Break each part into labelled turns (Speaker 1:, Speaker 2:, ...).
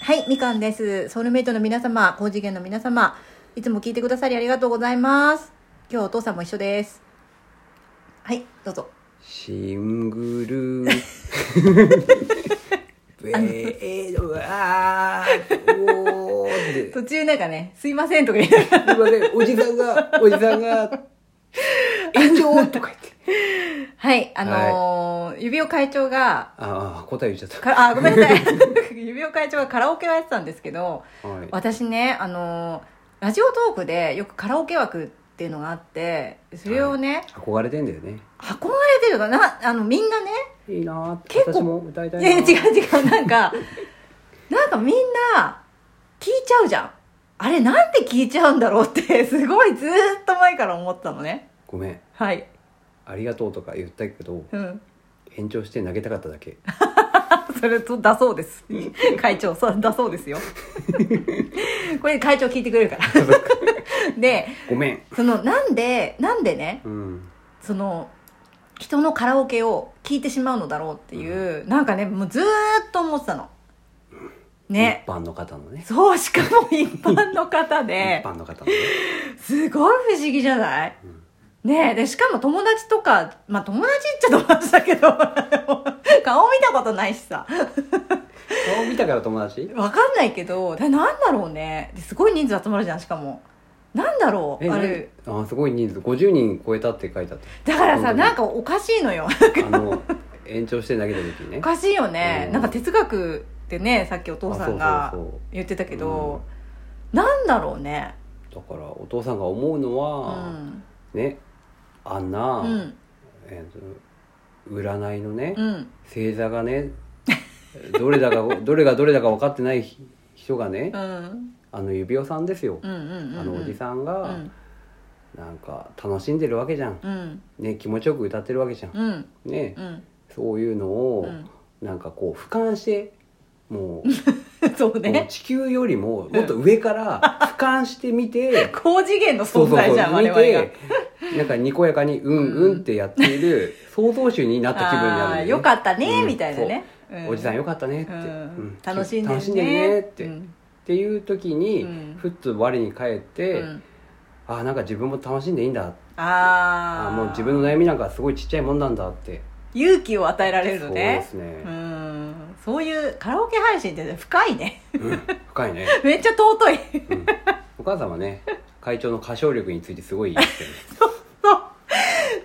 Speaker 1: はい、みかんです。ソウルメイトの皆様、高次元の皆様、いつも聞いてくださりありがとうございます。今日お父さんも一緒です。はい、どうぞ。
Speaker 2: シングルベーワー
Speaker 1: 途中なんかね、すいませんとか言って、
Speaker 2: ドすいませんおじさんがおじさんが炎上とか言って
Speaker 1: はい、あのー指を会長が、
Speaker 2: ああ答え言っちゃっ
Speaker 1: かあ、ごめんなさい。 指を会長がカラオケをやってたんですけど、
Speaker 2: たはい
Speaker 1: 私ね、あのーラジオトークでよくカラオケ枠っていうのがあって、それをね、
Speaker 2: 憧れてんだよね
Speaker 1: 運ばれてるのかな、あの、みんなね、
Speaker 2: いいなって
Speaker 1: 結構
Speaker 2: 私も歌いたい
Speaker 1: い
Speaker 2: な
Speaker 1: やいや違う違うなんかなんかみんな聞いちゃうじゃんあれなんで聞いちゃうんだろうってすごいずーっと前から思ってたのね
Speaker 2: ごめん
Speaker 1: はい
Speaker 2: ありがとうとか言ったけど
Speaker 1: うん
Speaker 2: 延長して投げたかっただけ
Speaker 1: あそれとだそうです 会長そうだそうです よこれ会長聞いてくれるからで
Speaker 2: ごめん
Speaker 1: そのなんでなんでね
Speaker 2: うん
Speaker 1: その人のカラオケを聞いてしまうのだろうっていう、なんかねもうずーっと思ってたのね、
Speaker 2: 一般の方のね
Speaker 1: そうしかも一般の方
Speaker 2: 一
Speaker 1: で
Speaker 2: 般の方のね
Speaker 1: すごい不思議じゃない、ねえでしかも友達とかまあ友達っちゃ友達だけど 顔見たことないしさ
Speaker 2: 顔見たから友達
Speaker 1: わかんないけどだなんだろうねですごい人数集まるじゃんしかもなんだろう
Speaker 2: え
Speaker 1: あれ
Speaker 2: あすごい人数50人超えたって書いてあった
Speaker 1: だから
Speaker 2: 本
Speaker 1: さ
Speaker 2: 当に
Speaker 1: なんかおかしいのよ
Speaker 2: あの延長して投げた時にね
Speaker 1: おかしいよね
Speaker 2: うん
Speaker 1: なんか哲学ってねさっきお父さん
Speaker 2: あ
Speaker 1: が
Speaker 2: そうそうそう
Speaker 1: 言ってたけどなんだろうね
Speaker 2: だからお父さんが思うの
Speaker 1: う
Speaker 2: は、
Speaker 1: ん
Speaker 2: ねあんな、
Speaker 1: うん
Speaker 2: えーと占いのね、
Speaker 1: うん
Speaker 2: 星座がねどれだか どれがどれだか分かってないひ人がね、
Speaker 1: うん
Speaker 2: あの指輪さんですよ、
Speaker 1: うんうんうん
Speaker 2: あのおじさん
Speaker 1: う
Speaker 2: が、
Speaker 1: ん
Speaker 2: なんか楽しんでるわけじゃん、
Speaker 1: うん
Speaker 2: ね、気持ちよく歌ってるわけじゃん、
Speaker 1: うん
Speaker 2: ね
Speaker 1: う、ん
Speaker 2: そういうのを、
Speaker 1: うん
Speaker 2: なんかこう俯瞰してもう
Speaker 1: そう
Speaker 2: も う
Speaker 1: ね
Speaker 2: 地球よりももっと上から俯瞰してみ て
Speaker 1: 高次元の
Speaker 2: そう
Speaker 1: 存
Speaker 2: そう
Speaker 1: 在じゃん
Speaker 2: そう
Speaker 1: 我
Speaker 2: 見
Speaker 1: 々が
Speaker 2: てなんかにこやかにうんうんってやってい る創造主になった気分になる
Speaker 1: あ
Speaker 2: んだ
Speaker 1: ー
Speaker 2: よね
Speaker 1: よかったね
Speaker 2: うん
Speaker 1: みたいなねう
Speaker 2: おじさんよかったねって、
Speaker 1: うん
Speaker 2: うん
Speaker 1: 楽しんでるね
Speaker 2: 楽しんでるねって、
Speaker 1: う
Speaker 2: っ
Speaker 1: ん
Speaker 2: ていう時に、
Speaker 1: うん
Speaker 2: ふっと我に返って、
Speaker 1: うん
Speaker 2: ああなんか自分も楽しんでいいんだあ
Speaker 1: あ
Speaker 2: あ
Speaker 1: あ
Speaker 2: もう自分の悩みなんかすごいちっちゃいもんなんだって
Speaker 1: 勇気を与えられる
Speaker 2: そ
Speaker 1: の
Speaker 2: うで
Speaker 1: ね
Speaker 2: すね
Speaker 1: う、んそういうカラオケ配信って深いね
Speaker 2: うん深いね、
Speaker 1: めっちゃ尊い
Speaker 2: うんお母さんはね会長の歌唱力についてすごい言ってる、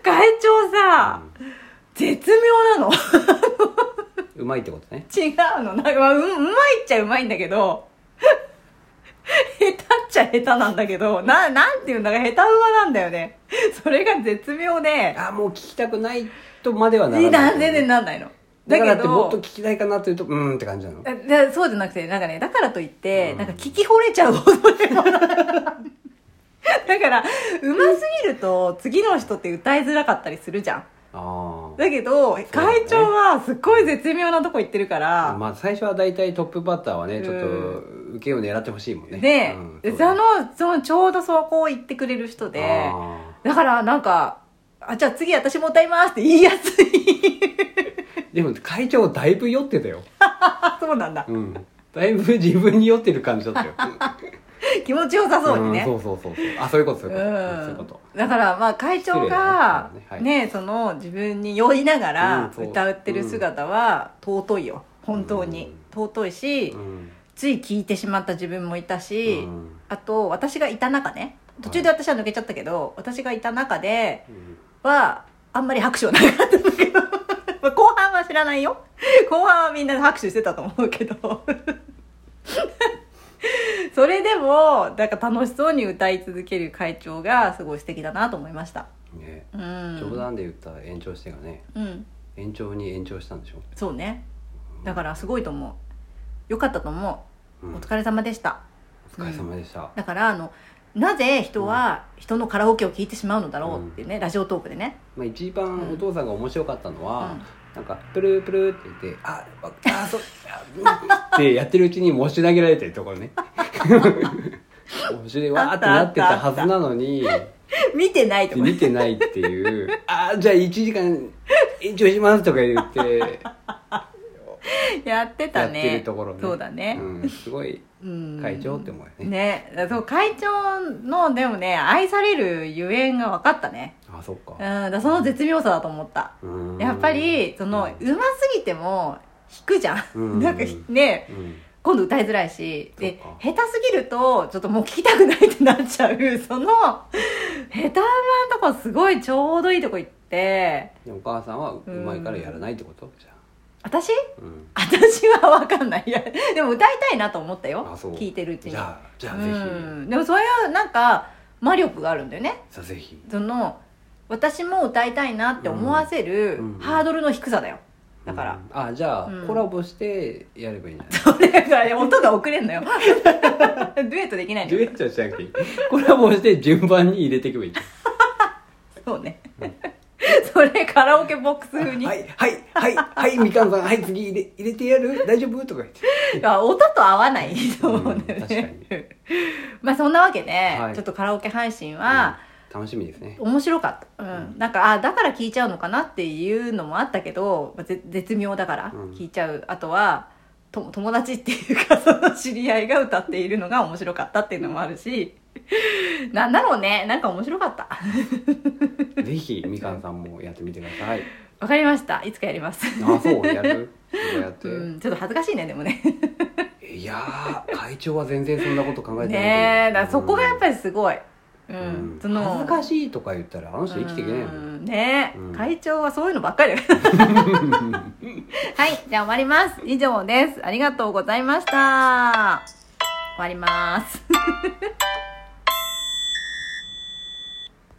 Speaker 1: 会長さ絶妙なの
Speaker 2: うんうまいってことね
Speaker 1: 違うのなんかまあううまいっちゃうまいんだけど 下手っちゃ下手なんだけどななんていうんだか下手馬なんだよねそれが絶妙で
Speaker 2: ああもう聞きたくないとまではなら
Speaker 1: いい
Speaker 2: な、
Speaker 1: ない全然なんないの
Speaker 2: だか
Speaker 1: だ
Speaker 2: らっ
Speaker 1: け
Speaker 2: て
Speaker 1: ど
Speaker 2: もっと聞きたいかなというとうーんって感じなの
Speaker 1: だだそうじゃなくてなんかねだからといって、
Speaker 2: うん
Speaker 1: なんか聞き惚れちゃうほどでもない だからうますぎると次の人って歌いづらかったりするじゃん
Speaker 2: あ
Speaker 1: だけど会長はすっごい絶妙なとこ行ってるか
Speaker 2: あ
Speaker 1: ら、
Speaker 2: まあ最初は大体トップバッターはねちょっと
Speaker 1: う
Speaker 2: 受けを狙ってほしいもんね
Speaker 1: で、
Speaker 2: うん
Speaker 1: で
Speaker 2: そう
Speaker 1: そ
Speaker 2: だね
Speaker 1: のそのちょうどそこを行ってくれる人で
Speaker 2: あ
Speaker 1: だからなんかあじゃあ次私も歌いますって言いやすい
Speaker 2: ーでも会長だいぶ酔ってたよ、
Speaker 1: あそうなんだ、
Speaker 2: うん、だいぶ自分に酔ってる感じだったよ
Speaker 1: 気持ちよさ そうにね、
Speaker 2: んそうそうそうそうあそういうことそう
Speaker 1: う
Speaker 2: いうこと、そういうこ
Speaker 1: ん
Speaker 2: と、
Speaker 1: だからまあ会長が
Speaker 2: 失礼な話だ
Speaker 1: ね
Speaker 2: ね
Speaker 1: その自分に酔いながら
Speaker 2: うんそう
Speaker 1: 歌ってる姿は尊いよ本当に、尊いし、
Speaker 2: うん
Speaker 1: つい聞いてしまった自分もいたし、
Speaker 2: うん
Speaker 1: あと私がいた中ね途中で私は抜けちゃったけど、私がいた中で
Speaker 2: うん
Speaker 1: はあんまり拍手はなかったんだけど まあ後半は知らないよ 後半はみんな拍手してたと思うけど それでもなんか楽しそうに歌い続ける会長がすごい素敵だなと思いました
Speaker 2: ね
Speaker 1: うん
Speaker 2: 冗談で言った延長してがね
Speaker 1: うん
Speaker 2: 延長に延長したんでしょ、
Speaker 1: そうねだからすごいと思うよかったと思
Speaker 2: う、
Speaker 1: うんお
Speaker 2: お
Speaker 1: 疲れ様でした
Speaker 2: 疲れ様でした、
Speaker 1: だからあのなぜ人は人のカラオケを聴いてしまうのだろうってね、ラジオトークでね
Speaker 2: まあ、一番お父さんが面白かったのは、
Speaker 1: うん
Speaker 2: なんかプループルーって言って「あああそうあうん」ってやってるうちにもし投げられてるところねお尻わーってなってたはずなのに
Speaker 1: 見てないとか
Speaker 2: 見てないっていう「ああじゃあ1時間延長します」とか言って
Speaker 1: やってた
Speaker 2: やっ
Speaker 1: ね
Speaker 2: てるところね
Speaker 1: そうだね、
Speaker 2: うん、すごい
Speaker 1: うん
Speaker 2: 会長って思うよね、
Speaker 1: ねそう会長のでもね愛されるゆえんが分かったね
Speaker 2: あそっ
Speaker 1: うん
Speaker 2: か、
Speaker 1: だその絶妙さだと思った
Speaker 2: うん
Speaker 1: やっぱりそのうます
Speaker 2: う
Speaker 1: ぎても弾くじゃん、
Speaker 2: うん
Speaker 1: なんかひね
Speaker 2: ん
Speaker 1: 今度歌いづらいしで
Speaker 2: そうか
Speaker 1: 下手すぎるとちょっともう聴きたくないってなっちゃう その下手なとこすごいちょうどいいとこ行って
Speaker 2: でお母さんはうまいからやらないってことじゃ
Speaker 1: 私
Speaker 2: あ、うん、
Speaker 1: 私は分かんないいやでも歌いたいなと思ったよ
Speaker 2: あそう
Speaker 1: 聴いてるうちに
Speaker 2: じゃあじゃあぜひ、
Speaker 1: うんでもそういうなんか魔力があるんだよね
Speaker 2: さあぜひ
Speaker 1: その私も歌いたいなって思わせる
Speaker 2: うんうん
Speaker 1: ハードルの低さだよだから、
Speaker 2: うんあじゃあ、
Speaker 1: うん
Speaker 2: コラボしてやればいいんじゃ ない
Speaker 1: それがね音が遅れんのよ デュエットできないの
Speaker 2: デュエ
Speaker 1: よ
Speaker 2: ットじゃなくていいコラボして順番に入れていけばいいじ
Speaker 1: そうね
Speaker 2: うん
Speaker 1: それカラオケボックス
Speaker 2: ゃん
Speaker 1: 風に、
Speaker 2: はいはいはいはいみかんさんはい次入れ入れてやる大丈夫とか言って
Speaker 1: あ音と合わないと思うんだよね、
Speaker 2: うん確か
Speaker 1: まあそんなわけで、
Speaker 2: はい
Speaker 1: ちょっとカラオケ配信は
Speaker 2: うん楽しみですね
Speaker 1: 面白かった、うんなんかあだから聞いちゃうのかなっていうのもあったけど、まあぜ絶妙だから
Speaker 2: うん
Speaker 1: 聞いちゃう、あとはと友達っていうかその知り合いが歌っているのが面白かったっていうのもあるしなんだろうねなんか面白かった
Speaker 2: ぜひみかんさんもやってみてください
Speaker 1: わかりましたいつかやります
Speaker 2: あそうやるこうやっ て、
Speaker 1: うん、ちょっと恥ずかしいねでもね
Speaker 2: いやー会長は全然そんなこと考えてないと思う
Speaker 1: ねえだからそこがやっぱりすごい、うん
Speaker 2: うん
Speaker 1: その
Speaker 2: 恥ずかし
Speaker 1: い
Speaker 2: いとか言ったらあの人生きていけないよね
Speaker 1: ねえ、
Speaker 2: うん
Speaker 1: 会長はそういうのばっ かりだからはいじゃあ終わります以上ですありがとうございました終わります